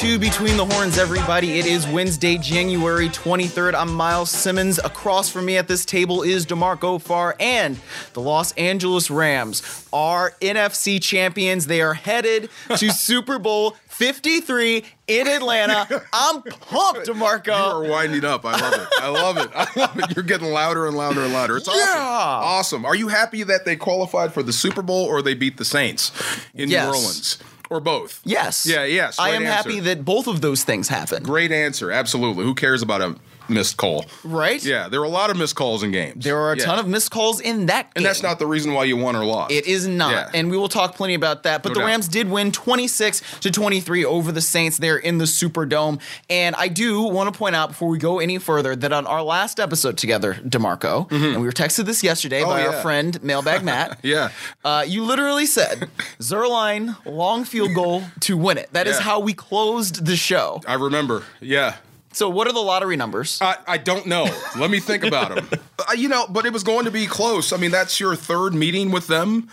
to Between the Horns, everybody. It is Wednesday, January 23rd. I'm Miles Simmons. Across from me at this table is DeMarco Farr, and the Los Angeles Rams are NFC champions. They are headed to Super Bowl 53 in Atlanta. I'm pumped, You DeMarco. are winding up. I love it. I love it. I love it. You're getting louder and louder and louder. It's awesome. Yeah. Awesome. Are you happy that they qualified for the Super Bowl or they beat the Saints in Yes. New Orleans? Or both? Yes. Yeah, yes. I Right am answer. happy that both of those things happened. Great answer. Absolutely. Who cares about a missed call? Right? Yeah, there are a lot of missed calls in games. There are a Yeah. ton of missed calls in that game. And that's not the reason why you won or lost. It is not, Yeah. and we will talk plenty about that. But No the doubt. Rams did win 26 to 23 over the Saints there in the Superdome. And I do want to point out before we go any further that on our last episode together, Demarco, and we were texted this yesterday by our Mm-hmm. Oh, yeah. friend Mailbag Matt. Yeah. Uh, you literally said Zerline long field goal to win it. That is Yeah. how we closed the show. I remember. Yeah. So what are the lottery numbers? I, I don't know. Let me think about them. Uh, you know, but it was going to be close. I mean, that's your third meeting with them.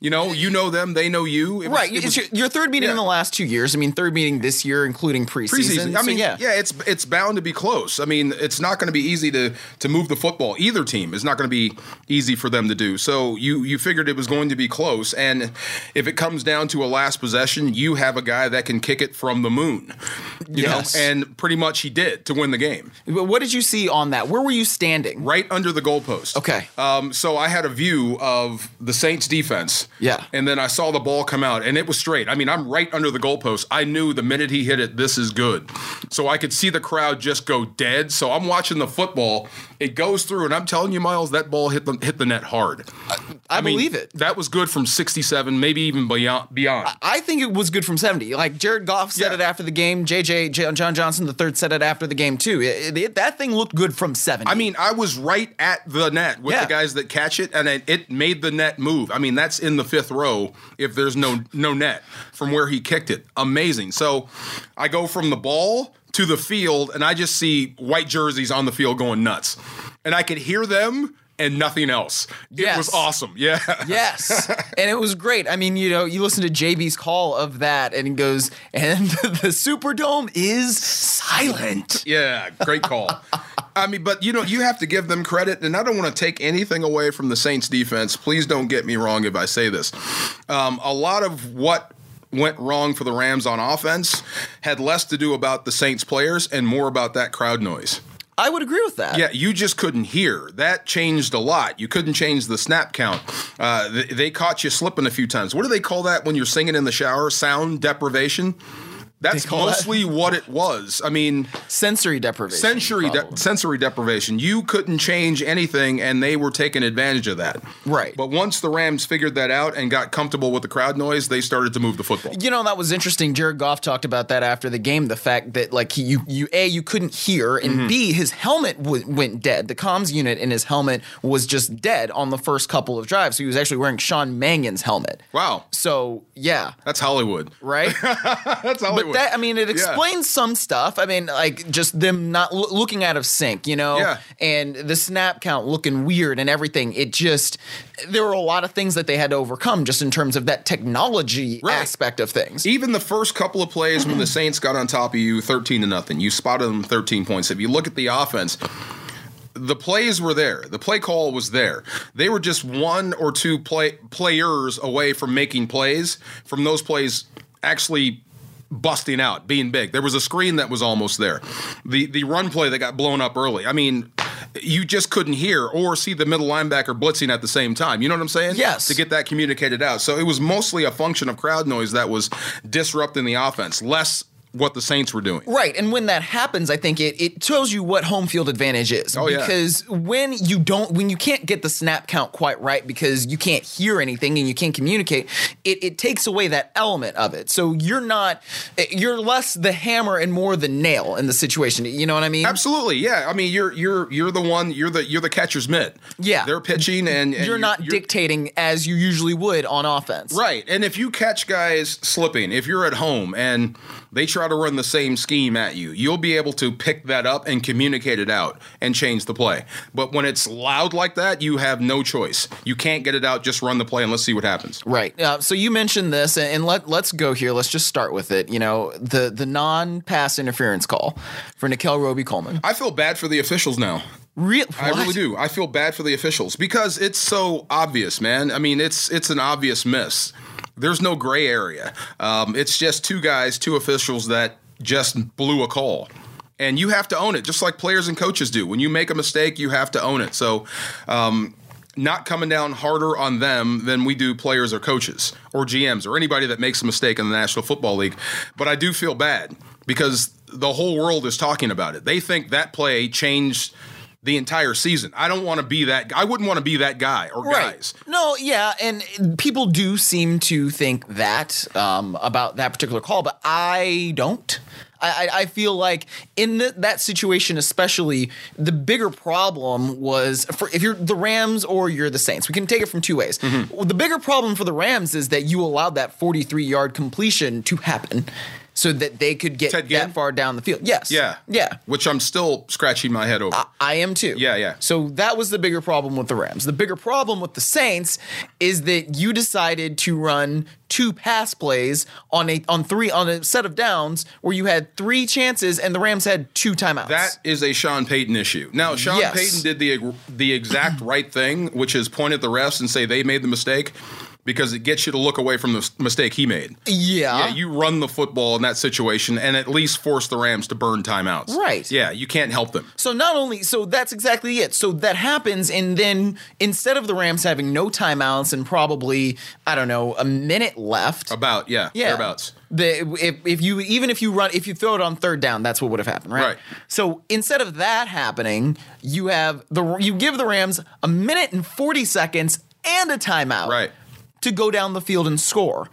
You know, you know them, they know you. It was- right, it it's was- your, your third meeting in yeah. the last two years. I mean, third meeting this year, including preseason. preseason. So, I mean, yeah. it's it's bound to be close. I mean, it's not going to be easy to to move the football. Either team is not going to be easy for them to do. So you you figured it was going to be close, and if it comes down to a last possession, you have a guy that can kick it from the moon. You Yes. know, and pretty much he did to win the game, But What did you see on that? Where were you standing? right under the goalpost. Okay. Um, so I had a view of the Saints defense. Yeah. And then I saw the ball come out, and it was straight. I mean, I'm right under the goalpost. I knew the minute he hit it, this is good. So I could see the crowd just go dead. So I'm watching the football. It goes through, and I'm telling you, Miles, that ball hit the hit the net hard. I, mean, believe it. That was good from 67, maybe even beyond. Beyond. I think it was good from 70. Like Jared Goff said Yeah. it after the game. JJ J- John Johnson the third said it after the game too. It- it- that thing looked good from 70. I mean, I was right at the net with Yeah. the guys that catch it, and it, it made the net move. I mean, that's in the fifth row if there's no no net from where he kicked it. Amazing. So I go from the ball to the field, and I just see white jerseys on the field going nuts, and I could hear them and nothing else. Yes. It was awesome. Yeah. yes, and it was great. I mean, you know, you listen to JB's call of that, and he goes, and the Superdome is silent. Yeah, great call. I mean, but you know, you have to give them credit, and I don't want to take anything away from the Saints defense. Please don't get me wrong if I say this. Um, a lot of what went wrong for the Rams on offense had less to do about the Saints players and more about that crowd noise. I would agree with that. Yeah, you just couldn't hear. That changed a lot. You couldn't change the snap count. Uh, th- they caught you slipping a few times. What do they call that when you're singing in the shower? Sound deprivation? That's call that- mostly what it was. I mean, sensory deprivation. sensory de- problem. sensory deprivation. You couldn't change anything, and they were taking advantage of that. Right. But once the Rams figured that out and got comfortable with the crowd noise, they started to move the football. You know that was interesting. Jared Goff talked about that after the game. The fact that like he, you you a you couldn't hear, and Mm-hmm. b his helmet w- went dead. The comms unit in his helmet was just dead on the first couple of drives. So he was actually wearing Sean Mangan's helmet. Wow, So yeah, that's Hollywood. right. That's But Hollywood. that, I mean, it explains some stuff. I mean, like just them not loo- looking out of sync, you know, Yeah. and the snap count looking weird and everything. It just there were a lot of things that they had to overcome just in terms of that technology Right. aspect of things. Even the first couple of plays when the Saints got on top of you, thirteen to nothing, you spotted them thirteen points. If you look at the offense. The plays were there. The play call was there. They were just one or two play players away from making plays, from those plays actually busting out, being big. There was a screen that was almost there. The the run play that got blown up early. I mean, you just couldn't hear or see the middle linebacker blitzing at the same time. You know what I'm saying? Yes. To get that communicated out. So it was mostly a function of crowd noise that was disrupting the offense, less what the Saints were doing. Right, and when that happens, I think it it tells you what home field advantage is. Oh, yeah. Because when you don't, when you can't get the snap count quite right because you can't hear anything and you can't communicate, it it takes away that element of it. So you're not, eh, you're less the hammer and more the nail in the situation. You know what I mean? Absolutely, yeah. I mean, you're you're you're the one. You're the you're the catcher's mitt. Yeah. they're pitching, and, and You're not dictating as you usually would on offense. Right. And if you catch guys slipping, if you're at home and they try try to run the same scheme at you. You'll be able to pick that up and communicate it out and change the play. But when it's loud like that, you have no choice. You can't get it out. Just run the play and let's see what happens. Right. Uh, so you mentioned this, and, and let let's go here. Let's just start with it. You know, the the non pass interference call for Nikel Roby Coleman. I feel bad for the officials now. Real, I really do. I feel bad for the officials because it's so obvious, man. I mean, it's it's an obvious miss. There's no gray area. Um, it's just two guys, two officials that just blew a call. And you have to own it, just like players and coaches do. When you make a mistake, you have to own it. So, um, not coming down harder on them than we do players or coaches or GMs or anybody that makes a mistake in the National Football League. But I do feel bad because the whole world is talking about it. They think that play changed the entire season. I don't want to be that. I wouldn't want to be that guy or guys. No, yeah, and people do seem to think that um, about that particular call, but I don't. I, I- I feel like in th- that situation, especially, the bigger problem was for if you're the Rams or you're the Saints. We can take it from two ways. Mm-hmm. Well, the bigger problem for the Rams is that you allowed that 43 yard completion to happen, so that they could get Ted Ginn? that far down the field. Yes. Yeah. Yeah. Uh, Which I'm still scratching my head over. I am too. Yeah, yeah. So that was the bigger problem with the Rams. The bigger problem with the Saints is that you decided to run two pass plays on a on three on a set of downs where you had three chances and the Rams had two timeouts. That is a Sean Payton issue. Now, Sean Yes. Payton did the the exact right thing, which is point at the refs and say they made the mistake because it gets you to look away from the s- mistake he made. yeah. Yeah, you run the football in that situation and at least force the Rams to burn timeouts. Right. Yeah, you can't help them. so not only so that's exactly it. So that happens and then instead of the Rams having no timeouts and probably I don't know a minute left About, yeah, Yeah. thereabouts. The, if, if you even if you run if you throw it on third down, that's what would have happened, right? Right. So instead of that happening, you have the you give the Rams a minute and forty seconds and a timeout, Right. to go down the field and score.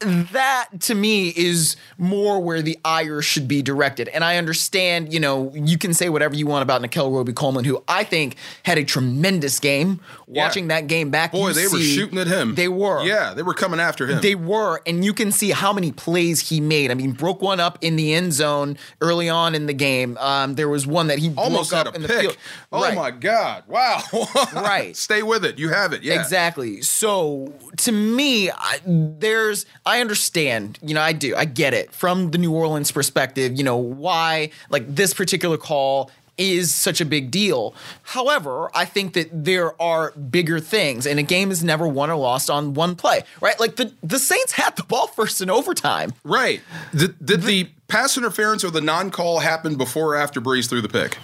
That to me is more where the ire should be directed. And I understand, you know, you can say whatever you want about Nikel Roby Coleman, who I think had a tremendous game. Watching that game back, Boy, you they were see- shooting at him. They were, Yeah, they were coming after him. they were, and you can see how many plays he made. I mean, broke one up in the end zone early on in the game. Um, there was one that he almost broke had up a in the pick. field. Oh Right. my God! Wow. Right. Stay with it. You have it. Yeah. Exactly. So to me, I, there's I understand. You know, I do. I get it from the New Orleans perspective. You know why like this particular call is such a big deal. However, I think that there are bigger things and a game is never won or lost on one play, right? Like the the Saints had the ball first in overtime. Right. Did, did the pass interference or the non-call happen before or after Breeze threw the pick?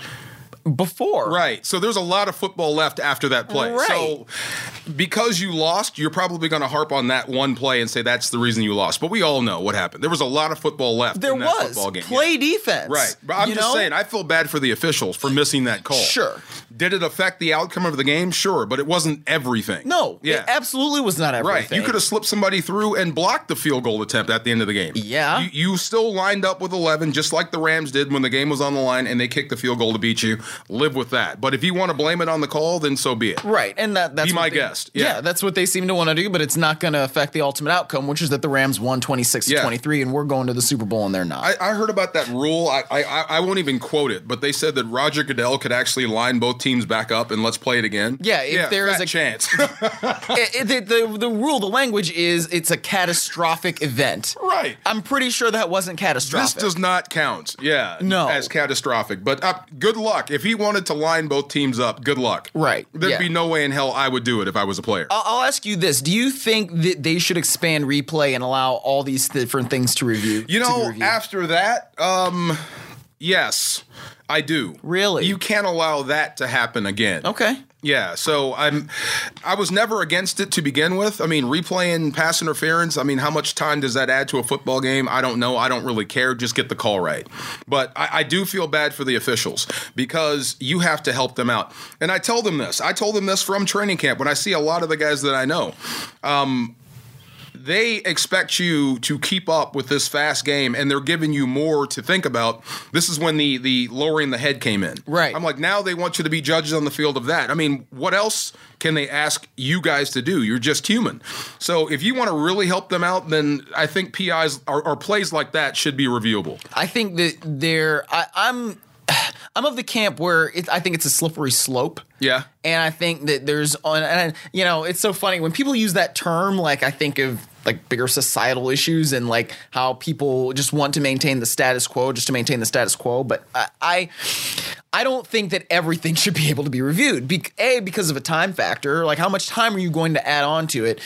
before. Right. So there's a lot of football left after that play. Right. So because you lost, you're probably going to harp on that one play and say that's the reason you lost. But we all know what happened. There was a lot of football left There in that was football game. play Yeah. defense. Right. But I'm you just know? saying, I feel bad for the officials for missing that call. Sure. Did it affect the outcome of the game? Sure, but it wasn't everything. no, Yeah. it absolutely was not Right. everything. You could have slipped somebody through and blocked the field goal attempt at the end of the game. Yeah. You, you still lined up with 11, just like the Rams did when the game was on the line and they kicked the field goal to beat you. Live with that. But if you want to blame it on the call, then so be it. Right, and that, that's Be what my they- guest. Yeah. Yeah. that's what they seem to want to do, but it's not going to affect the ultimate outcome, which is that the Rams won twenty six to Yeah. twenty three, and we're going to the Super Bowl, and they're not. I, I heard about that rule. I, I I- I won't even quote it, but they said that Roger Goodell could actually line both teams back up and let's play it again. Yeah, if there is fat a- chance, It- it- the, the the rule, the language is it's a catastrophic event. right? I'm pretty sure that wasn't This catastrophic. does not count. Yeah, No. as catastrophic. But uh, good luck if he wanted to line both teams up. Good luck. Right, There'd yeah. be no way in hell I would do it if I was a player. I'll- I'll ask you this: Do you think that they should expand replay and allow all these different things to review? to be You know, reviewed? after that, um, yes, I do. Really? You can't allow that to happen again. okay. Yeah. So I'm, I was never against it to begin with. I mean, replaying pass interference. I mean, how much time does that add to a football game? I don't know. I don't really care. Just get the call right. But I, I do feel bad for the officials because you have to help them out. And I tell them this. I told them this from training camp when I see a lot of the guys that I know they expect you to keep up with this fast game and they're giving you more to think about, this is when the the lowering the head came in. Right. I'm like, now they want you to be judges on the field of that. I mean, what else can they ask you guys to do? You're just human. So if you want to really help them out, then I think PIs or, or plays like that should be reviewable. I think that they're. I, I'm. I'm of the camp where it, I think it's a slippery slope. Yeah. And I think that there's on, and you know, it's so funny when people use that term. Like I think of like bigger societal issues and like how people just want to maintain the status quo just to maintain the status quo. But I, I, I don't think that everything should be able to be reviewed. Be, a because of a time factor. Like how much time are you going to add on to it?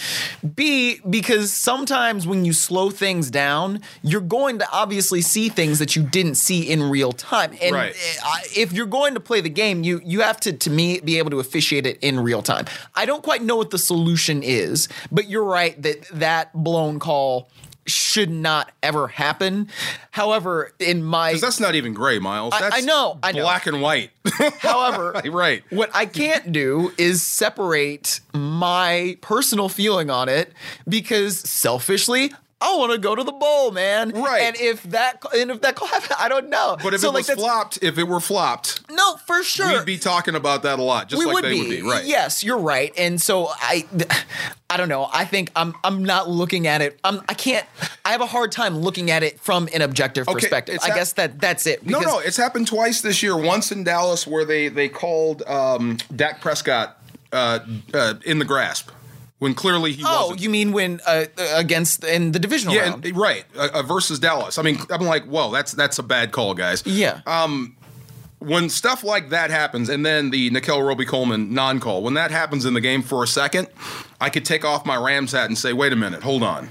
B because sometimes when you slow things down, you're going to obviously see things that you didn't see in real time. And Right. I- if you're going to play the game, you you have to to me be able to officiate it in real time. I don't quite know what the solution is, but you're right that that blown call should not ever happen. However, in my That's not even gray, Miles. I- That's I know, I know. black and white. however, right. What I can't do is separate my personal feeling on it because selfishly I want to go to the bowl, man. Right. And if that and if that call happened, I don't know. But if So, it like, was that's- flopped, if it were flopped, no, for sure. we'd be talking about that a lot, just like they would be, right? Yes, you're right. And so I, I don't know. I think I'm I'm not looking at it. I'm I can't. I have a hard time looking at it from an objective perspective. it's I hap- guess that that's it. No, because- no, it's happened twice this year. Once in Dallas, where they they called um, Dak Prescott uh, uh, in the grasp when clearly he Oh, wasn't. you mean when uh, uh, against in the divisional yeah, round? and- right. Uh, uh, versus Dallas. I mean, I'm like, whoa, that's that's a bad call, guys. yeah. um, When stuff like that happens, and then the Nikel Roby Coleman non-call, when that happens in the game for a second, I could take off my Rams hat and say, wait a minute, hold on.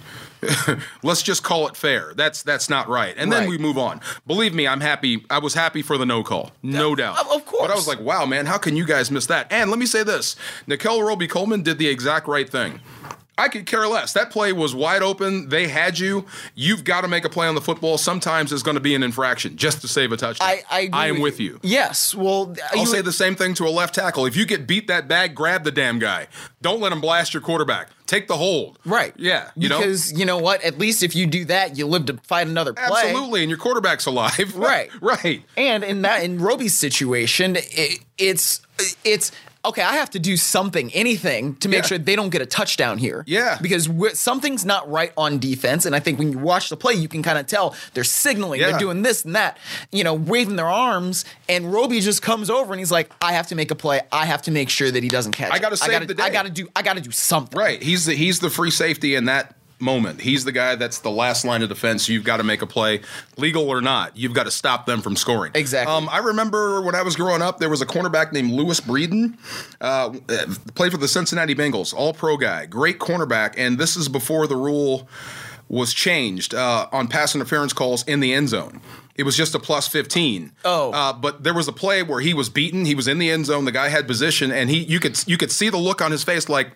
Let's just call it fair. That's that's not right. And then Right. we move on. Believe me, I'm happy. I was happy for the no call, no doubt. of- of course. But I was like, wow, man, how can you guys miss that? And let me say this: Nikel Roby Coleman did the exact right thing. I could care less. That play was wide open. They had you. You've got to make a play on the football. Sometimes it's going to be an infraction just to save a touchdown. I I, agree I am with you. Yes. Well, I'll you- say the same thing to a left tackle. If you get beat that bad, grab the damn guy. Don't let him blast your quarterback. Take the hold. Right. Yeah. You know. because you know what? At least if you do that, you live to fight another play. Absolutely, and your quarterback's alive. Right. right. And in that in Roby's situation, it, it's it's okay. I have to do something, anything, to make Yeah. sure they don't get a touchdown here. Yeah. because we're, something's not right on defense, and I think when you watch the play, you can kind of tell they're signaling, Yeah. they're doing this and that, you know, waving their arms, and Roby just comes over and he's like, "I have to make a play. I have to make sure that he doesn't catch. I it. gotta save I gotta, the day." I gotta do. I gotta do something. Right. He's the he's the free safety in that moment. He's the guy that's the last line of defense. You've got to make a play, legal or not. You've got to stop them from scoring. Exactly. Um, I remember when I was growing up, there was a cornerback named Lewis Breeden, uh, uh, played for the Cincinnati Bengals, All Pro guy, great cornerback, and this is before the rule was changed uh, on pass interference calls in the end zone. It was just a plus 15. Oh. Uh, but there was a play where he was beaten. He was in the end zone. The guy had position, and he you could you could see the look on his face, like,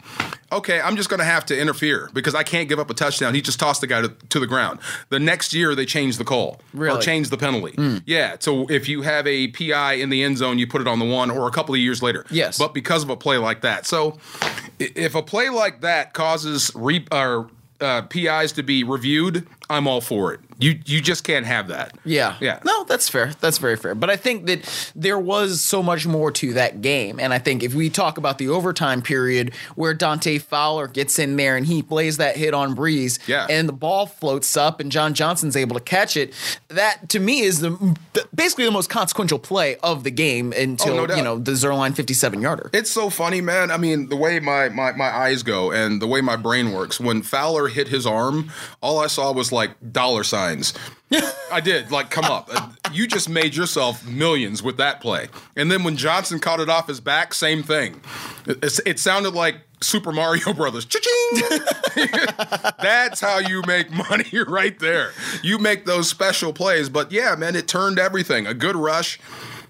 okay, I'm just going to have to interfere because I can't give up a touchdown. He just tossed the guy to, to the ground. The next year they changed the call or Really? changed the penalty. Hmm. Yeah. So if you have a PI in the end zone, you put it on the one, or a couple of years later. Yes. But because of a play like that, so i- if a play like that causes re or uh, PIs to be reviewed, I'm all for it. You you just can't have that. Yeah. Yeah. No, that's fair. That's very fair. But I think that there was so much more to that game. And I think if we talk about the overtime period where Dante Fowler gets in there and he plays that hit on Breeze Yeah. and the ball floats up and John Johnson's able to catch it, that to me is the basically the most consequential play of the game until, Oh, no doubt. you know, the Zerline 57 yarder. It's so funny, man. I mean, the way my, my, my eyes go and the way my brain works, when Fowler hit his arm, all I saw was like dollar signs. I did, like, come up. Uh, You just made yourself millions with that play. And then when Johnson caught it off his back, same thing. It, it's- it sounded like Super Mario Brothers. Cha-ching! That's how you make money right there. You make those special plays. But yeah, man, it turned everything. A good rush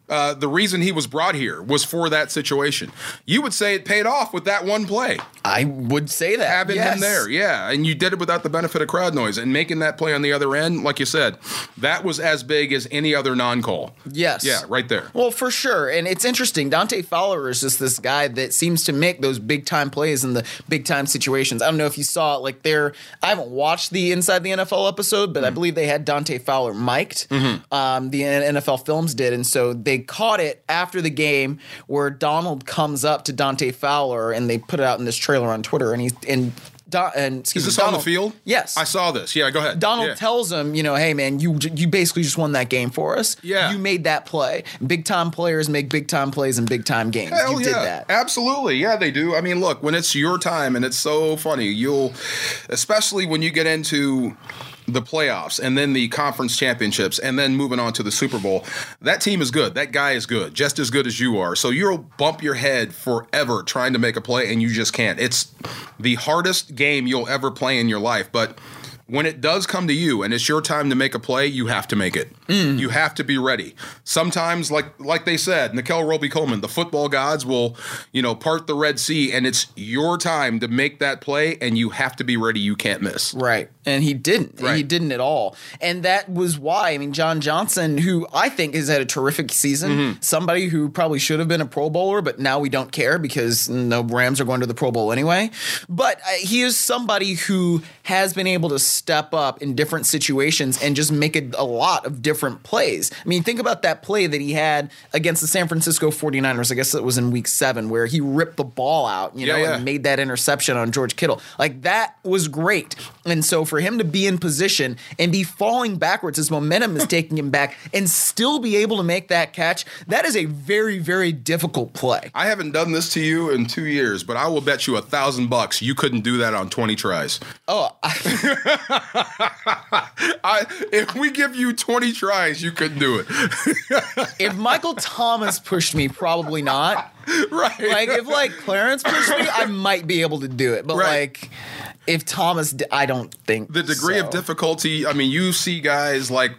uh, the reason he was brought here was for that situation. You would say it paid off with that one play, I would say that. having yes. him there. Yeah. And you did it without the benefit of crowd noise and making that play on the other end, like you said, that was as big as any other non call. Yes. Yeah, right there. Well, for sure. And it's interesting. Dante Fowler is just this guy that seems to make those big time plays in the big time situations. I don't know if you saw it like there. I haven't watched the Inside the NFL episode, but I Mm. believe they had Dante Fowler mic'd. Mm-hmm. Um, the N- NFL Films did. And so they caught it after the game where Donald comes up to Dante Fowler and they put it out in this trailer on Twitter. And he's, and, Don, and excuse Is this me, on the Donald- field? Yes. I saw this. Yeah, go ahead. Donald yeah. tells him, you know, hey man, you you basically just won that game for us. Yeah. you made that play. Big time players make big time plays in big time games. Hell you yeah. did that. Absolutely. Yeah, they do. I mean, look, when it's your time and it's so funny, you'll especially when you get into the playoffs and then the conference championships and then moving on to the Super Bowl, that team is good. That guy is good, just as good as you are. So you'll bump your head forever trying to make a play and you just can't. It's the hardest game you'll ever play in your life, but when it does come to you and it's your time to make a play, you have to make it. You have to be ready. Sometimes, like like they said, Nikel Roby Coleman, the football gods will, you know, part the Red Sea, and it's your time to make that play, and you have to be ready. You can't miss. Right. And he didn't. He Right. didn't at all. And that was why, I mean, John Johnson, who I think has had a terrific season, somebody who probably should have been a Pro Bowler, but now we don't care because the Rams are going to the Pro Bowl anyway. But uh, he is somebody who has been able to step up in different situations and just make a, a lot of different plays. I mean, think about that play that he had against the San Francisco 49ers. I guess it was in week seven where he ripped the ball out, you Yeah, know, yeah. and made made that interception on George Kittle. Like that was great. And so for him to be in position and be falling backwards, his momentum is taking him back and still be able to make that catch, that is a very, very difficult play. I haven't done this to you in two years, but I will bet you a thousand bucks you couldn't do that on twenty tries. Oh, I if we give you twenty tries, you couldn't do it, if Michael Thomas pushed me, probably not. right? Like if like Clarence pushed me, I might be able to do it. But Right. like if Thomas, di- I don't think the degree so. of difficulty i mean you see guys like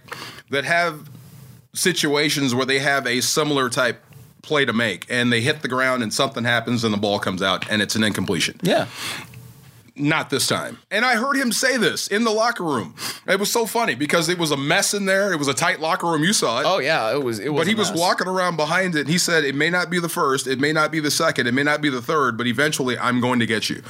that have situations where they have a similar type play to make and they hit the ground and something happens and the ball comes out and it's an incompletion Yeah. not this time and i heard him say this in the locker room it was so funny because it was a mess in there it was a tight locker room you saw it Oh yeah, it was. It was. but he a was mess. walking around behind it and he said it may not be the first it may not be the second it may not be the third but eventually i'm going to get you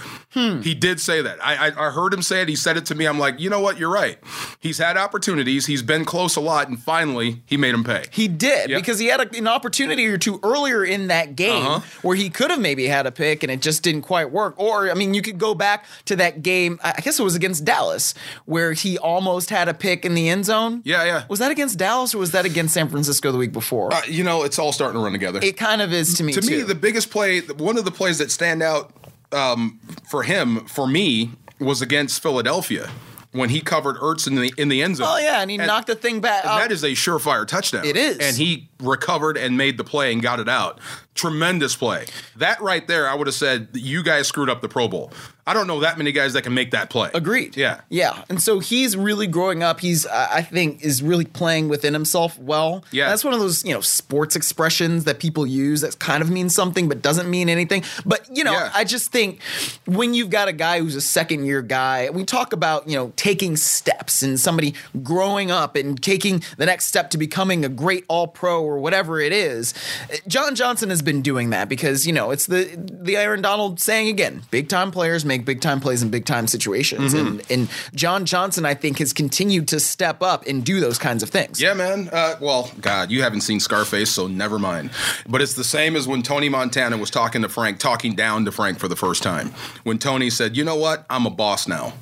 he did say that I, I i heard him say it he said it to me i'm like you know what you're right he's had opportunities he's been close a lot and finally he made him pay He did Yep. because he had a, an opportunity or two earlier in that game Uh-huh. where he could have maybe had a pick and it just didn't quite work. Or I mean, you could go back to that game. I I guess it was against Dallas where he almost had a pick in the end zone. yeah yeah Was that against Dallas or was that against San Francisco the week before? Uh, you know it's all starting to run together it kind of is to me. to me too. the biggest play one of the plays that stand out um, for him for me was against philadelphia when he covered Ertz in the in the end zone. oh yeah, and he knocked. knocked the thing back. Oh, And up. that is a surefire touchdown. It is. And he recovered and made the play and got it out. Tremendous play. That right there, I would have said, you guys screwed up the Pro Bowl. I don't know that many guys that can make that play. Agreed. Yeah. Yeah. And so he's really growing up. He's, I I think, is really playing within himself well. Yeah. That's one of those, you know, sports expressions that people use that kind of means something but doesn't mean anything. But, you know, Yeah. I just think when you've got a guy who's a second year guy, we talk about, you know, taking steps and somebody growing up and taking the next step to becoming a great all pro or whatever it is. John Johnson has been doing that because, you know, it's the the Aaron Donald saying again, big time players make big time plays in big time situations. And and John Johnson, I think, has continued to step up and do those kinds of things. Yeah, man. Uh, well, God, you haven't seen Scarface, so never mind. But it's the same as when Tony Montana was talking to Frank, talking down to Frank for the first time. When Tony said, "You know what? I'm a boss now."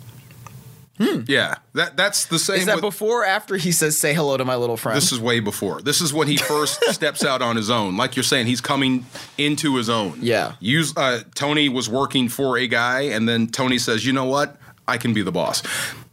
Yeah, that that's the same. Hmm. Is that with- before or after he says say hello to my little friend? This is way before. This is when he first steps out on his own. Like you're saying, he's coming into his own. Yeah. Use uh, Tony was working for a guy, and then Tony says, "You know what? I can be the boss."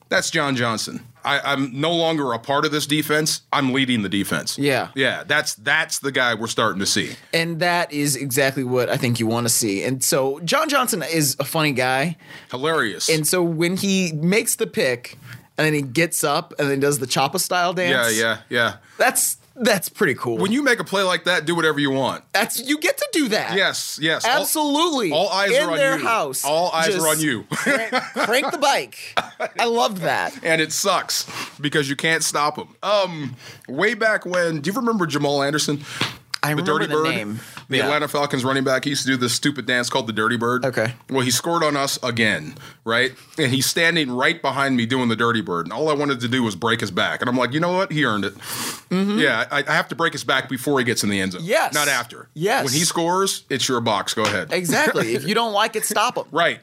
That's John Johnson. I, I'm no longer a part of this defense. I'm leading the defense. Yeah. yeah. That's that's the guy we're starting to see. And that is exactly what I think you want to see. And so John Johnson is a funny guy. Hilarious. And so when he makes the pick and then he gets up and then does the Choppa style yeah, dance. yeah, yeah. That's That's pretty cool. When you make a play like that, do whatever you want. That's you get to do that. Yes, yes. All- Absolutely. All, eyes in are on their you. house. All eyes Just are on you. crank, crank the bike. I loved that. and it sucks because you can't stop them. Um, way back when, do you remember Jamal Anderson? I the remember Dirty the Bird, name. the Yeah. Atlanta Falcons running back, he used to do this stupid dance called the Dirty Bird. Okay. Well, he scored on us again, right? And he's standing right behind me doing the Dirty Bird, and all I wanted to do was break his back. And I'm like, you know what? He earned it. Yeah, I, I have to break his back before he gets in the end zone. Mm-hmm. Yes. Not after. Yes. When he scores, it's your box. Go ahead. Exactly. if you don't like it, stop them. Right.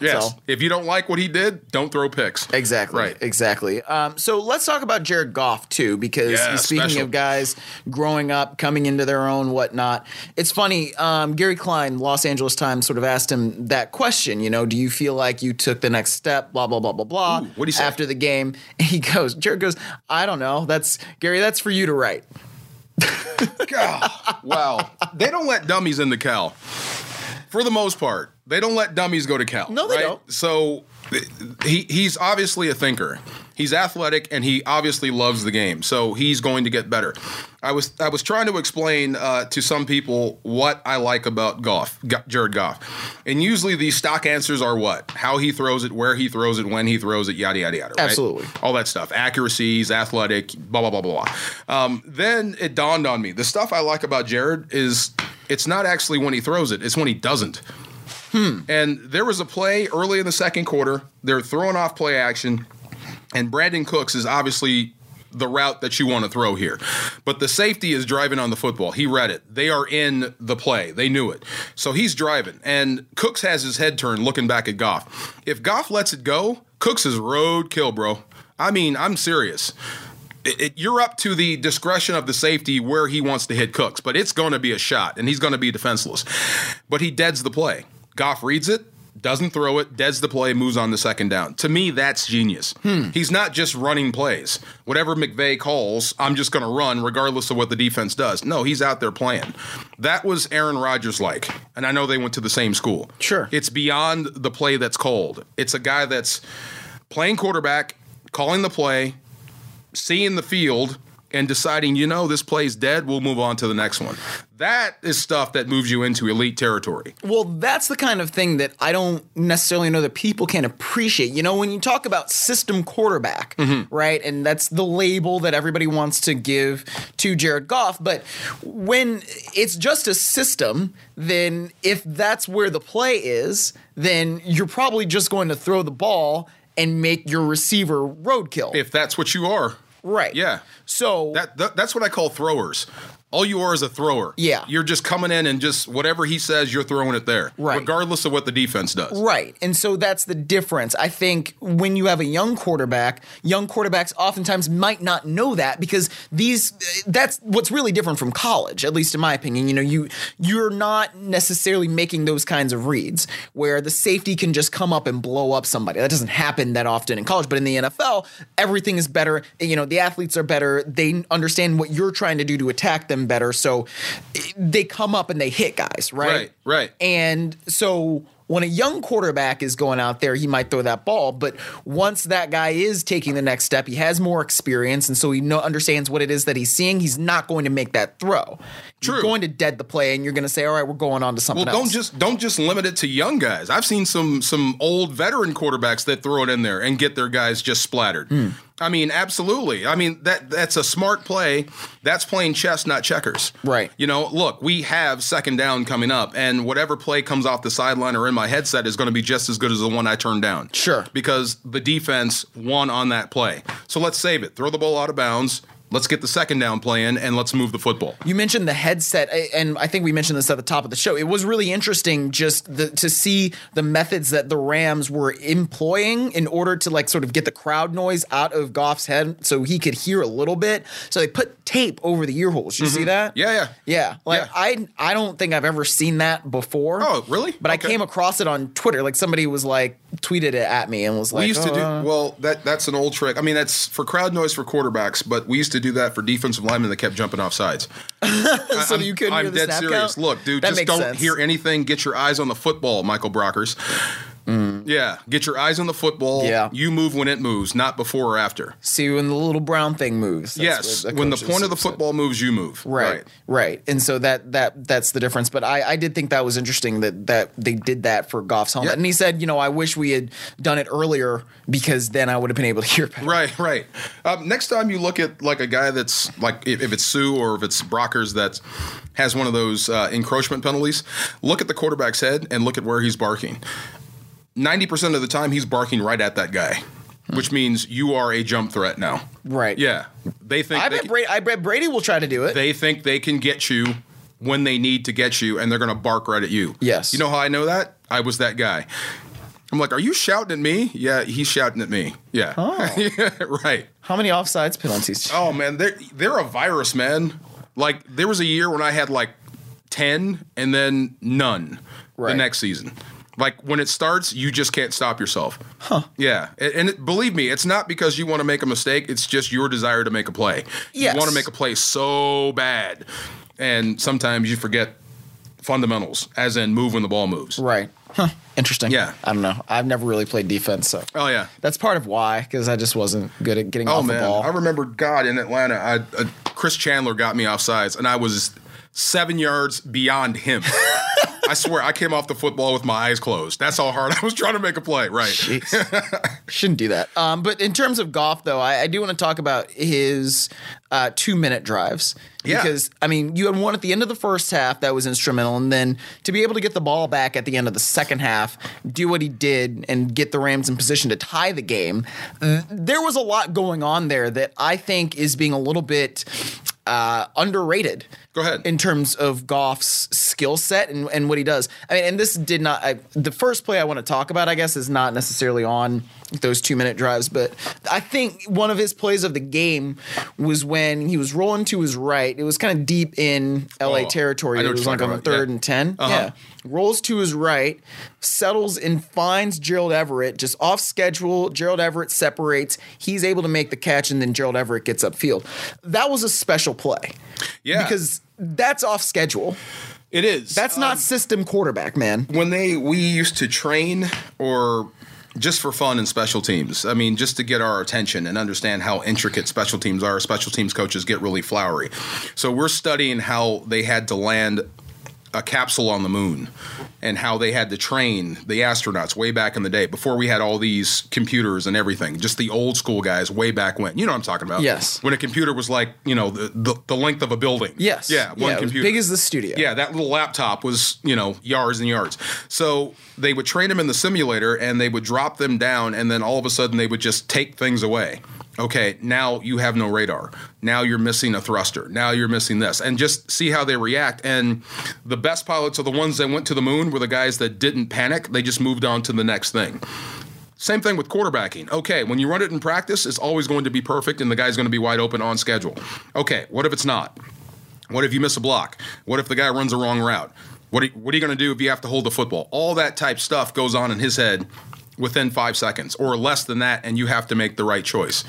Yes. So- If you don't like what he did, don't throw picks. Exactly. Right. Exactly. Um, so let's talk about Jared Goff too, because Yeah, speaking special. of guys growing up, coming into their own, whatnot. It's funny. Um, Gary Klein, Los Angeles Times, sort of asked him that question. You know, do you feel like you took the next step? Blah blah blah blah blah. Ooh, what'd he say? After the game, and he goes, Jared goes, I don't know. That's Gary. That's for you to write. God, wow. They don't let dummies into Cal. For the most part, they don't let dummies go to Cal. No, they right? don't. So th- he he's obviously a thinker. He's athletic and he obviously loves the game. So he's going to get better. I was I was trying to explain uh, to some people what I like about Goff, G- Jared Goff, and usually the stock answers are what, how he throws it, where he throws it, when he throws it, yada yada yada. right? Absolutely. all that stuff. Accuracies, athletic, blah blah blah blah. blah. Um, then it dawned on me. The stuff I like about Jared is it's not actually when he throws it; it's when he doesn't. Hmm. And there was a play early in the second quarter. They're throwing off play action, and Brandon Cooks is obviously the route that you want to throw here. But the safety is driving on the football. He read it. They are in the play. They knew it. So he's driving, and Cooks has his head turned looking back at Goff. If Goff lets it go, Cooks is roadkill, bro. I mean, I'm serious it, it- you're up to the discretion of the safety where he wants to hit Cooks, but it's going to be a shot and he's going to be defenseless. But he deads the play. Goff reads it, doesn't throw it, deads the play, moves on the second down. To me, that's genius. He's not just running plays. Whatever McVay calls, I'm just going to run regardless of what the defense does. No, he's out there playing. That was Aaron Rodgers like. And I know they went to the same school. Sure. It's beyond the play that's called, it's a guy that's playing quarterback, calling the play, seeing the field and deciding, you know, this play's dead, we'll move on to the next one. That is stuff that moves you into elite territory. Well, that's the kind of thing that I don't necessarily know that people can appreciate. You know, when you talk about system quarterback, Mm-hmm. right? And that's the label that everybody wants to give to Jared Goff. But when it's just a system, then if that's where the play is, then you're probably just going to throw the ball and make your receiver roadkill. If that's what you are, right. yeah. So That, that that's what I call throwers. All you are is a thrower. Yeah. You're just coming in and just whatever he says, you're throwing it there. Right. Regardless of what the defense does. Right. And so that's the difference. I think when you have a young quarterback, young quarterbacks oftentimes might not know that because these that's what's really different from college, at least in my opinion. You know, you you're not necessarily making those kinds of reads where the safety can just come up and blow up somebody. That doesn't happen that often in college, but in the NFL, everything is better. You know, the athletes are better. They understand what you're trying to do to attack them better. So they come up and they hit guys, right? Right, right. And so when a young quarterback is going out there, he might throw that ball. But once that guy is taking the next step, he has more experience. And so he know, understands what it is that he's seeing. He's not going to make that throw. True. You're going to dead the play and you're going to say, all right, we're going on to something Well, don't else. just don't just limit it to young guys. I've seen some some old veteran quarterbacks that throw it in there and get their guys just splattered. Hmm. I mean, absolutely. I mean that that's a smart play. That's playing chess, not checkers. Right. You know, look, we have second down coming up, and whatever play comes off the sideline or in my headset is going to be just as good as the one I turned down. Sure. Because the defense won on that play. So let's save it. Throw the ball out of bounds. Let's get the second down play in, and let's move the football. You mentioned the headset, I- and I think we mentioned this at the top of the show. It was really interesting just the, to see the methods that the Rams were employing in order to like sort of get the crowd noise out of Goff's head, so he could hear a little bit. So they put tape over the ear holes. You see that? Mm-hmm. Yeah, yeah. yeah. Like Yeah. I, I don't think I've ever seen that before. Oh, really? But Okay. I came across it on Twitter. Like somebody was like tweeted it at me and was like, We used to "Oh, do uh, well. That that's an old trick. I mean, that's for crowd noise for quarterbacks, but we used to do that for defensive linemen that kept jumping off sides. so that you couldn't I'm hear the dead snap serious. count? Look, dude, That just makes don't sense. hear anything. Get your eyes on the football, Michael Brockers. Yeah, get your eyes on the football. Mm. Yeah. you move when it moves, not before or after. See when the little brown thing moves. that's yes, what when the coaches point of the have said. football moves, you move. Right, right, and so that that that's the difference. But I I did think that was interesting that that they did that for Goff's helmet, Yep. and he said, you know, I wish we had done it earlier because then I would have been able to hear better. Right, right. Um, next time you look at like a guy that's like if, if it's Sue or if it's Brockers that has one of those uh, encroachment penalties, look at the quarterback's head and look at where he's barking. Ninety percent of the time, he's barking right at that guy, which means you are a jump threat now. Right. Yeah, they think I they, bet Brady, I bet Brady will try to do it. they think they can get you when they need to get you, and they're going to bark right at you. Yes. You know how I know that? I was that guy. I'm like, are you shouting at me? Yeah, he's shouting at me. Yeah. yeah right. How many offsides penalties? Oh man, they're they're a virus, man. Like there was a year when I had like ten and then none Right. the next season. Like when it starts, you just can't stop yourself. Huh. Yeah, and, and it, believe me, it's not because you want to make a mistake. It's just your desire to make a play. Yes. You want to make a play so bad, and sometimes you forget fundamentals, as in move when the ball moves. Right. Huh. Interesting. Yeah. I don't know. I've never really played defense, so Oh yeah. that's part of why because I just wasn't good at getting Oh off man, the ball. I remember God in Atlanta. I uh, Chris Chandler got me off sides, and I was seven yards beyond him. I swear, I came off the football with my eyes closed. That's how hard I was trying to make a play. Right? Jeez. Shouldn't do that. Um, but in terms of golf, though, I, I do want to talk about his uh, two minute drives. Yeah. Because, I mean, you had one at the end of the first half that was instrumental. And then to be able to get the ball back at the end of the second half, do what he did, and get the Rams in position to tie the game, th- there was a lot going on there that I think is being a little bit uh, underrated Go ahead. in terms of Goff's skill set and, and what he does. I mean, and this did not. I, the first play I want to talk about, I guess, is not necessarily on those two minute drives, but I think one of his plays of the game was when he was rolling to his right. It was kind of deep in LA Oh, territory. I know It what was you're like on talking the about, third yeah. Uh-huh. and 10. Yeah. Rolls to his right, settles and finds Gerald Everett just off schedule. Gerald Everett separates. He's able to make the catch, and then Gerald Everett gets upfield. That was a special play Yeah, because that's off schedule. it is. That's not system quarterback, man. when they we used to train or just for fun in special teams. I mean, just to get our attention and understand how intricate special teams are. Special teams coaches get really flowery. So we're studying how they had to land a capsule on the moon and how they had to train the astronauts way back in the day before we had all these computers and everything. Just the old school guys way back when. You know what I'm talking about. Yes. When a computer was like, you know, the, the, the length of a building. Yes. Yeah. One it was computer. Big as the studio. Yeah, that little laptop was, you know, yards and yards. So they would train them in the simulator and they would drop them down and then all of a sudden they would just take things away. Okay, now you have no radar. Now you're missing a thruster. Now you're missing this. And just see how they react. And the best pilots are the ones that went to the moon were the guys that didn't panic. They just moved on to the next thing. Same thing with quarterbacking. Okay, when you run it in practice, it's always going to be perfect and the guy's going to be wide open on schedule. Okay, what if it's not? What if you miss a block? What if the guy runs a wrong route? What are, what are you going to do if you have to hold the football? All that type stuff goes on in his head within five seconds or less than that, and you have to make the right choice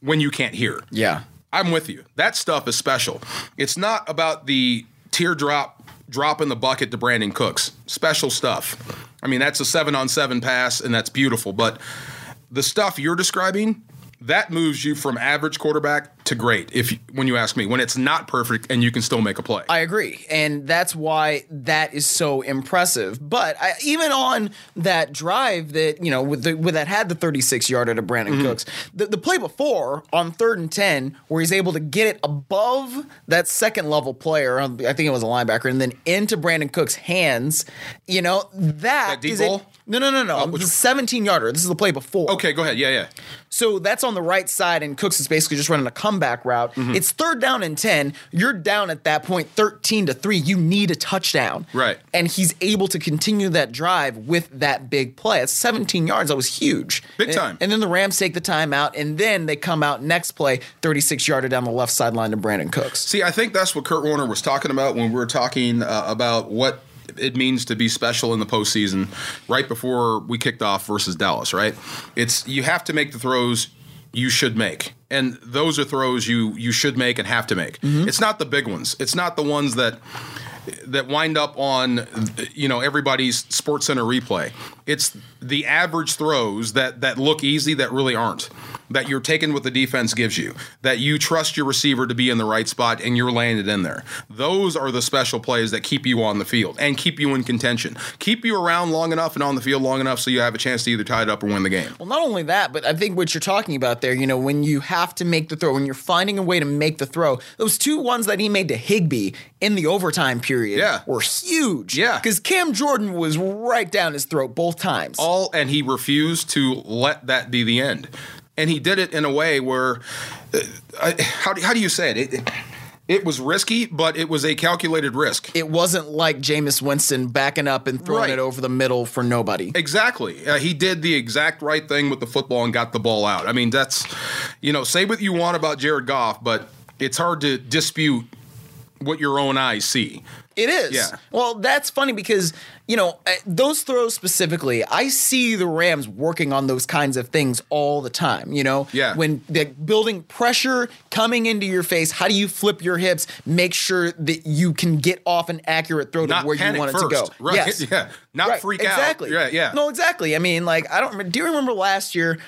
when you can't hear. Yeah. I'm with you. That stuff is special. It's not about the teardrop drop in the bucket to Brandon Cooks. Special stuff. I mean, that's a seven on seven pass, and that's beautiful. But the stuff you're describing, that moves you from average quarterback to great. If you, when you ask me, when it's not perfect and you can still make a play. I agree. And that's why that is so impressive. But I, even on that drive that, you know, with, the, with that had the 36 yarder to Brandon Mm-hmm. Cooks, the, the play before on third and 10, where he's able to get it above that second level player, um, I think it was a linebacker, and then into Brandon Cook's hands, you know, that, That deep is a- ball? Uh, No, no, no, no. which- 17 yarder. This is the play before. okay, go ahead. Yeah, yeah. So that's on the right side, and Cooks is basically just running a comeback route. Mm-hmm. It's third down and 10. You're down at that point 13 to 3. You need a touchdown. Right. And he's able to continue that drive with that big play. It's 17 yards. That was huge. Big And- time. And then the Rams take the timeout, and then they come out next play, 36 yarder down the left sideline to Brandon Cooks. See, I think that's what Kurt Warner was talking about when we were talking uh, about what it means to be special in the postseason right before we kicked off versus Dallas, right? It's you have to make the throws you should make. And those are throws you you should make and have to make. It's not the big ones. It's not the ones that that wind up on you know everybody's Sports Center replay. It's the average throws that that look easy that really aren't. That you're taking what the defense gives you. That you trust your receiver to be in the right spot and you're landed in there. Those are the special plays that keep you on the field and keep you in contention. Keep you around long enough and on the field long enough so you have a chance to either tie it up or win the game. Well, not only that, but I think what you're talking about there, you know, when you have to make the throw, when you're finding a way to make the throw, those two ones that he made to Higby in the overtime period Yeah. were huge. Yeah. Because Cam Jordan was right down his throat both times. all and he refused to let that be the end and he did it in a way where uh, I, how, do- how do you say it? it it was risky but it was a calculated risk it wasn't like Jameis Winston backing up and throwing Right. it over the middle for nobody. Exactly. Uh, he did the exact right thing with the football and got the ball out. I mean, that's, you know, say what you want about Jared Goff, but it's hard to dispute what your own eyes see. It is. Yeah. Well, that's funny because, you know, uh, those throws specifically, I see the Rams working on those kinds of things all the time, you know? Yeah. When they're building pressure coming into your face, how do you flip your hips, make sure that you can get off an accurate throw to Not where you panic want it first. to go? Right. Yes. Yeah. Not Right, freak exactly. out. Yeah. Yeah. No, exactly. I mean, like, I don't remember. Do you remember last year?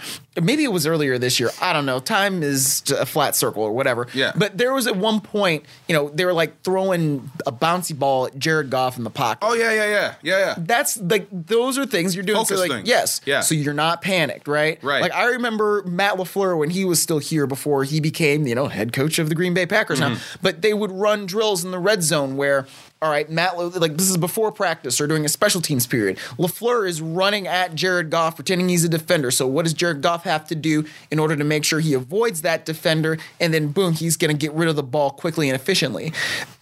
Maybe it was earlier this year. I don't know. Time is t- a flat circle or whatever. Yeah. But there was at one point, you know, they were like throwing a bouncy ball at Jared Goff in the pocket. Oh, yeah, yeah, yeah. Yeah, yeah. That's like those are things you're doing. so Focus like things. yes, Yeah. So you're not panicked, right? Right. Like I remember Matt Lafleur when he was still here before he became you know head coach of the Green Bay Packers now. Mm-hmm. But they would run drills in the red zone where. All right, Matt, La- like this is before practice or during a special teams period. LaFleur is running at Jared Goff, pretending he's a defender. So, what does Jared Goff have to do in order to make sure he avoids that defender? And then, boom, he's going to get rid of the ball quickly and efficiently.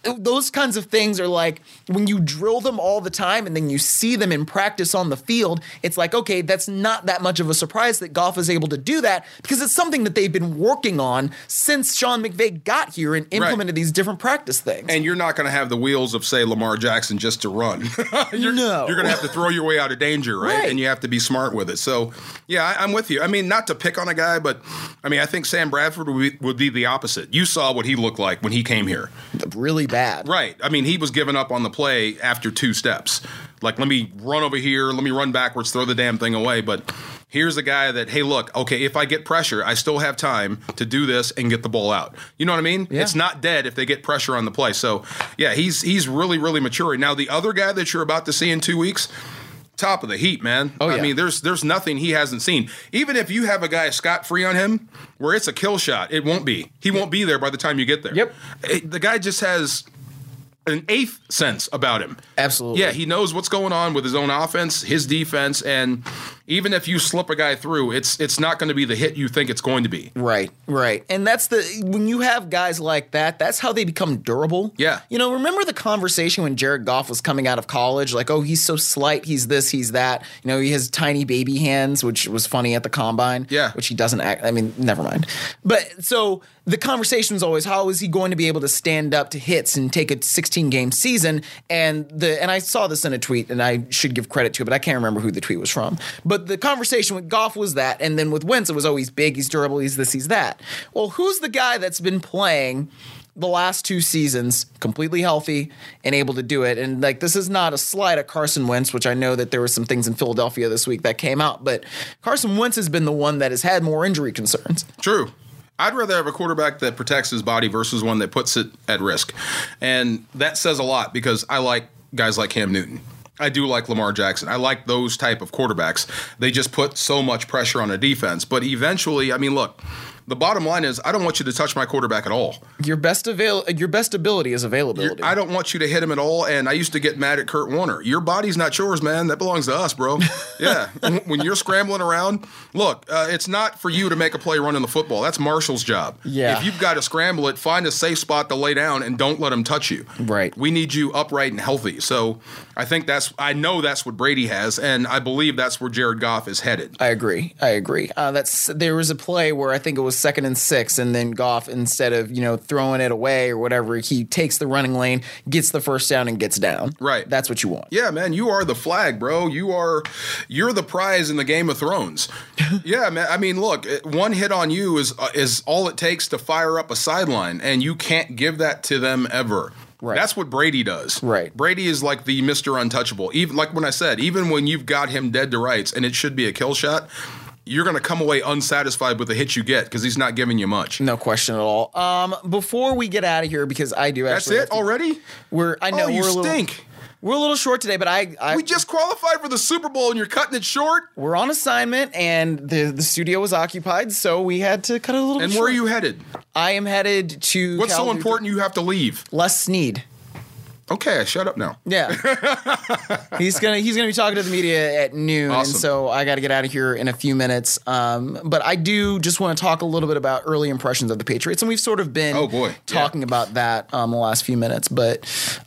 Those kinds of things are like when you drill them all the time and then you see them in practice on the field, it's like, okay, that's not that much of a surprise that Goff is able to do that because it's something that they've been working on since Sean McVay got here and implemented these different practice things. And you're not going to have the wheels of, say, Lamar Jackson just to run. you're, No. You're going to have to throw your way out of danger, right? Right. And you have to be smart with it. So, yeah, I, I'm with you. I mean, not to pick on a guy, but I mean, I think Sam Bradford would be, would be the opposite. You saw what he looked like when he came here. really bad. Right. I mean, he was giving up on the play after two steps. Like, let me run over here, let me run backwards, throw the damn thing away. But here's a guy that, hey, look, okay, if I get pressure, I still have time to do this and get the ball out. You know what I mean? Yeah. It's not dead if they get pressure on the play. So yeah, he's he's really, really maturing. Now the other guy that you're about to see in two weeks. Top of the heap, man. Oh, I yeah. mean, there's there's nothing he hasn't seen. Even if you have a guy scot free on him, where it's a kill shot, it won't be. He won't be there by the time you get there. Yep. It- the guy just has an eighth sense about him. Absolutely. Yeah, he knows what's going on with his own offense, his defense, and even if you slip a guy through, it's it's not going to be the hit you think it's going to be. Right, right. And that's the when you have guys like that, that's how they become durable. Yeah. You know, remember the conversation when Jared Goff was coming out of college like, "Oh, he's so slight, he's this, he's that." You know, he has tiny baby hands, which was funny at the combine. Yeah. Which he doesn't act I mean, never mind. But so the conversation was always how is he going to be able to stand up to hits and take a 16 game season and the and I saw this in a tweet and I should give credit to it, but I can't remember who the tweet was from. But the conversation with Goff was that and then with Wentz it was oh he's big, he's durable, he's this, he's that. Well, who's the guy that's been playing the last two seasons completely healthy and able to do it. And like this is not a slide at Carson Wentz, which I know that there were some things in Philadelphia this week that came out, but Carson Wentz has been the one that has had more injury concerns. True. I'd rather have a quarterback that protects his body versus one that puts it at risk. And that says a lot because I like guys like Cam Newton. I do like Lamar Jackson. I like those type of quarterbacks. They just put so much pressure on a defense. But eventually, I mean, look, the bottom line is I don't want you to touch my quarterback at all. Your best avail your best ability is availability. I don't want you to hit him at all. And I used to get mad at Kurt Warner. Your body's not yours, man. That belongs to us, bro. Yeah. When- when you're scrambling around, look, uh, it's not for you to make a play running the football. That's Marshall's job. Yeah. If you've got to scramble it, find a safe spot to lay down and don't let him touch you. Right. We need you upright and healthy. So I think that's, I know that's what Brady has. And I believe that's where Jared Goff is headed. I agree. I agree. Uh, that's there was a play where I think it was second and six, and then Goff, instead of you know throwing it away or whatever, he takes the running lane, gets the first down, and gets down. Right. That's what you want. Yeah, man, you are the flag, bro. You are you're the prize in the Game of Thrones. yeah, man. I mean, look, it- one hit on you is uh, is all it takes to fire up a sideline, and you can't give that to them ever. Right. That's what Brady does. Right. Brady is like the Mr. Untouchable. Even like when I said, even when you've got him dead to rights and it should be a kill shot, you're going to come away unsatisfied with the hit you get because he's not giving you much. No question at all. Um, before we get out of here, because I do That's actually. have it to- already? We're I know oh, you we're a little, stink. We're a little short today, but I, I we just qualified for the Super Bowl and you're cutting it short? we're on assignment and the the studio was occupied, so we had to cut it a little. And short. where are you headed? I am headed to. What's Cal so Lutheran- important you have to leave? Les Snead. Okay, shut up now. Yeah, he's gonna he's gonna be talking to the media at noon, Awesome. and so I got to get out of here in a few minutes. Um, but I do just want to talk a little bit about early impressions of the Patriots, and we've sort of been Oh, boy. talking about that um, the last few minutes. But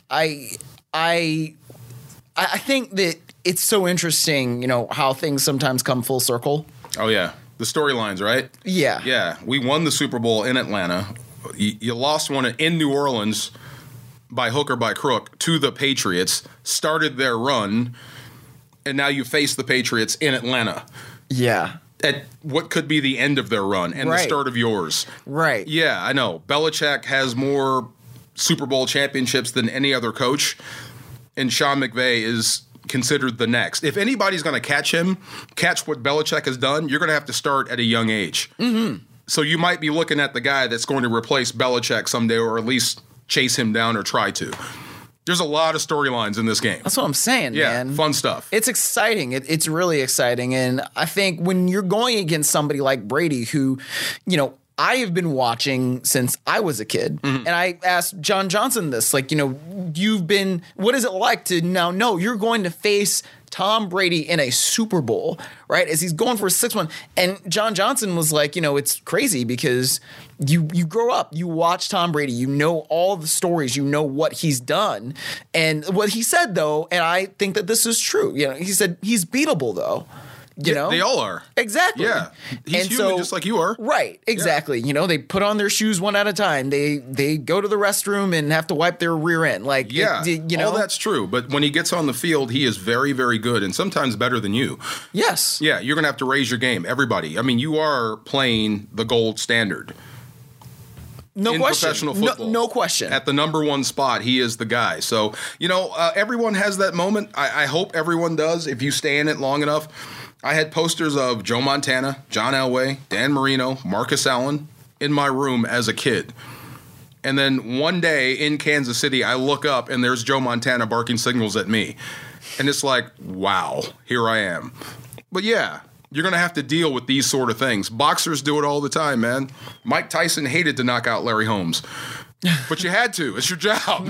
I I I I think that it's so interesting, you know, how things sometimes come full circle. Oh, yeah. The storylines, right? Yeah, Yeah, we won the Super Bowl in Atlanta. You, you lost one in New Orleans by hook or by crook to the Patriots, started their run, and now you face the Patriots in Atlanta yeah, at what could be the end of their run and the Right. start of yours. right. Yeah, I know. Belichick has more Super Bowl championships than any other coach, and Sean McVay is considered the next. If anybody's going to catch him, catch what Belichick has done, you're going to have to start at a young age. Mm-hmm. So you might be looking at the guy that's going to replace Belichick someday, or at least chase him down or try to. There's a lot of storylines in this game. That's what I'm saying, Yeah, man. fun stuff. it's exciting. It, it's really exciting. And I think when you're going against somebody like Brady, who, you know, I have been watching since I was a kid. And I asked John Johnson this like, you know, you've been, what is it like to now know you're going to face Tom Brady in a Super Bowl, right? As he's going for a six one. And John Johnson was like, you know, it's crazy because you you grow up, you watch Tom Brady, you know all the stories, you know what he's done. And what he said though, and I think that this is true, you know, he said he's beatable though. You know? they all are. Exactly. Yeah, he's And human so- just like you are. Right, exactly. You know, they put on their shoes one at a time. They they go to the restroom and have to wipe their rear end. Like it- Yeah, you know all that's true. But when he gets on the field, he is very, very good, and sometimes better than you. Yes. Yeah, you're gonna have to raise your game, everybody. I mean, you are playing the gold standard No in question. professional No- football. No, question. at the number one spot. He is the guy. So you know, uh, everyone has that moment. I, I hope everyone does. If you stay in it long enough, I had posters of Joe Montana, John Elway, Dan Marino, Marcus Allen in my room as a kid. And then one day in Kansas City, I look up and there's Joe Montana barking signals at me. And it's like, wow, here I am. But yeah, you're going to have to deal with these sort of things. Boxers do it all the time, man. Mike Tyson hated to knock out Larry Holmes. But you had to. It's your job.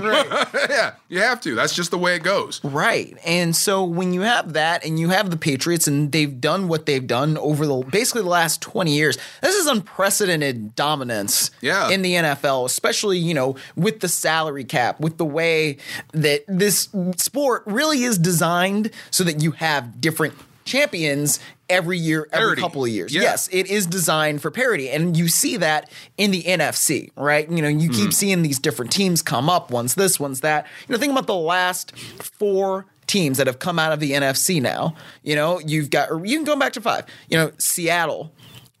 yeah, you have to. That's just the way it goes. Right. And so when you have that and you have the Patriots and they've done what they've done over the basically the last 20 years, this is unprecedented dominance Yeah. in the NFL, especially, you know, with the salary cap, with the way that this sport really is designed so that you have different champions every year, every Parity. couple of years. Yeah. Yes, it is designed for parity. And you see that in the NFC, right? You know, you Hmm. keep seeing these different teams come up. One's this, one's that. You know, think about the last four teams that have come out of the NFC now. You know, you've got, or you can go back to five, you know, Seattle.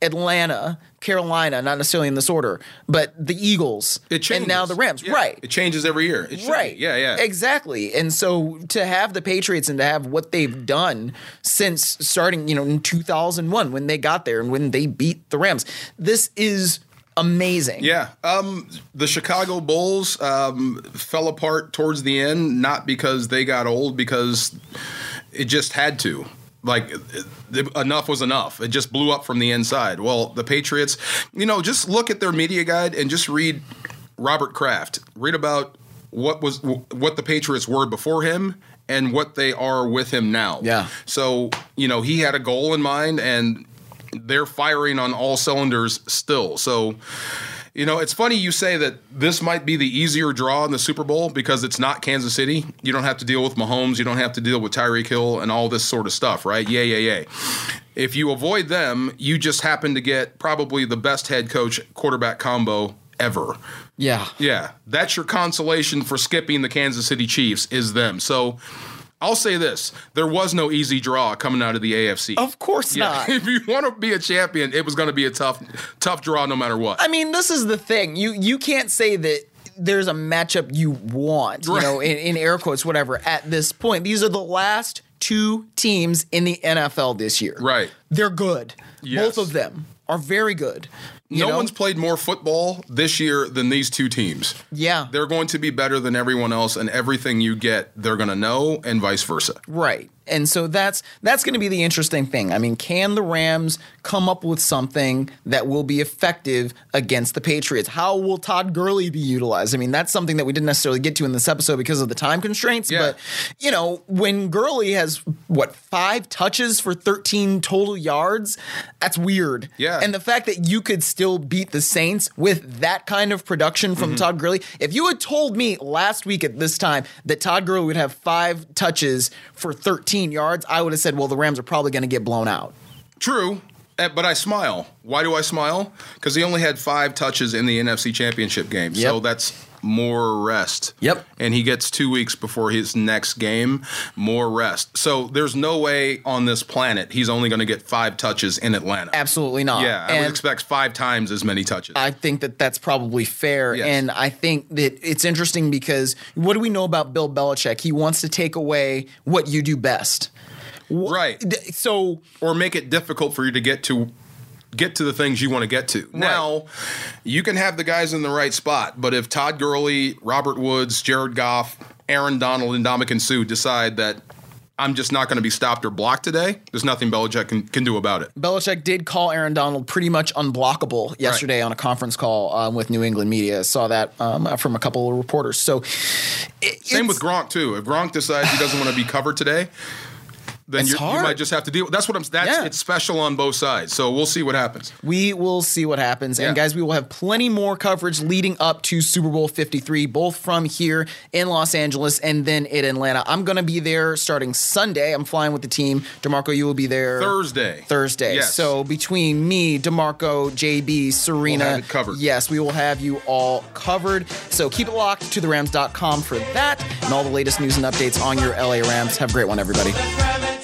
Atlanta, Carolina, not necessarily in this order, but the Eagles It changes. and now the Rams. Yeah, right. It changes every year. It should be. Right. Yeah, yeah. Exactly. And so to have the Patriots and to have what they've done since starting, you know, in 2001 when they got there and when they beat the Rams, this is amazing. Yeah. Um, the Chicago Bulls um, fell apart towards the end, not because they got old, because it just had to. Like, it- enough was enough. It just blew up from the inside. Well, the Patriots, you know, just look at their media guide and just read Robert Kraft. Read about what was what the Patriots were before him and what they are with him now. Yeah. So, you know, he had a goal in mind and they're firing on all cylinders still. So, you know, it's funny you say that this might be the easier draw in the Super Bowl because it's not Kansas City. You don't have to deal with Mahomes. You don't have to deal with Tyreek Hill and all this sort of stuff, right? Yeah, yeah, yeah. If you avoid them, you just happen to get probably the best head coach quarterback combo ever. Yeah. Yeah, that's your consolation for skipping the Kansas City Chiefs is them. So I'll say this there was no easy draw coming out of the AFC. Of course Yeah. not. if you want to be a champion, it was going to be a tough, tough draw no matter what. I mean, this is the thing. You you can't say that there's a matchup you want, you know, in, in air quotes, whatever, at this point. These are the last two teams in the NFL this year. Right. They're good. Yes. Both of them are very good. you no know? one's played more football this year than these two teams. Yeah. They're going to be better than everyone else, and everything you get, they're going to know, and vice versa. Right. And so that's that's going to be the interesting thing. I mean, can the Rams come up with something that will be effective against the Patriots? How will Todd Gurley be utilized? I mean, that's something that we didn't necessarily get to in this episode because of the time constraints, Yeah. but you know, when Gurley has what, 5 touches for 13 total yards, that's weird. Yeah. And the fact that you could still beat the Saints with that kind of production Mm-hmm. from Todd Gurley, if you had told me last week at this time that Todd Gurley would have five touches for 13 yards, I would have said, well, the Rams are probably going to get blown out. True, eh, but I smile. Why do I smile? Because he only had five touches in the NFC Championship game, so Yep. that's more rest. Yep. And he gets two weeks before his next game, more rest. So there's no way on this planet he's only going to get five touches in Atlanta. Absolutely not. Yeah, I and would expect five times as many touches. I think that that's probably fair. Yes. And I think that it's interesting because what do we know about Bill Belichick? He wants to take away what you do best. right. D- So or make it difficult for you to get to get to the things you want to get to. Now, you can have the guys in the right spot, but if Todd Gurley, Robert Woods, Jared Goff, Aaron Donald, and Dominican Sue decide that I'm just not going to be stopped or blocked today, there's nothing Belichick can, can do about it. Belichick did call Aaron Donald pretty much unblockable yesterday on a conference call um, with New England media. Saw that um, from a couple of reporters. So, it, Same it's- with Gronk too. If Gronk decides he doesn't want to be covered today, then It's you, you hard. might just have to deal. That's what I'm. That's Yeah. it's special on both sides. So we'll see what happens. we will see what happens. Yeah. And guys, we will have plenty more coverage leading up to Super Bowl 53, both from here in Los Angeles and then in Atlanta. I'm going to be there starting Sunday. I'm flying with the team. DeMarco, you will be there Thursday. Thursday. Yes. So between me, DeMarco, JB, Serena, We'll have it covered. Yes, we will have you all covered. So keep it locked to the Rams.com for that and all the latest news and updates on your LA Rams. Have a great one, everybody. Let's grab it.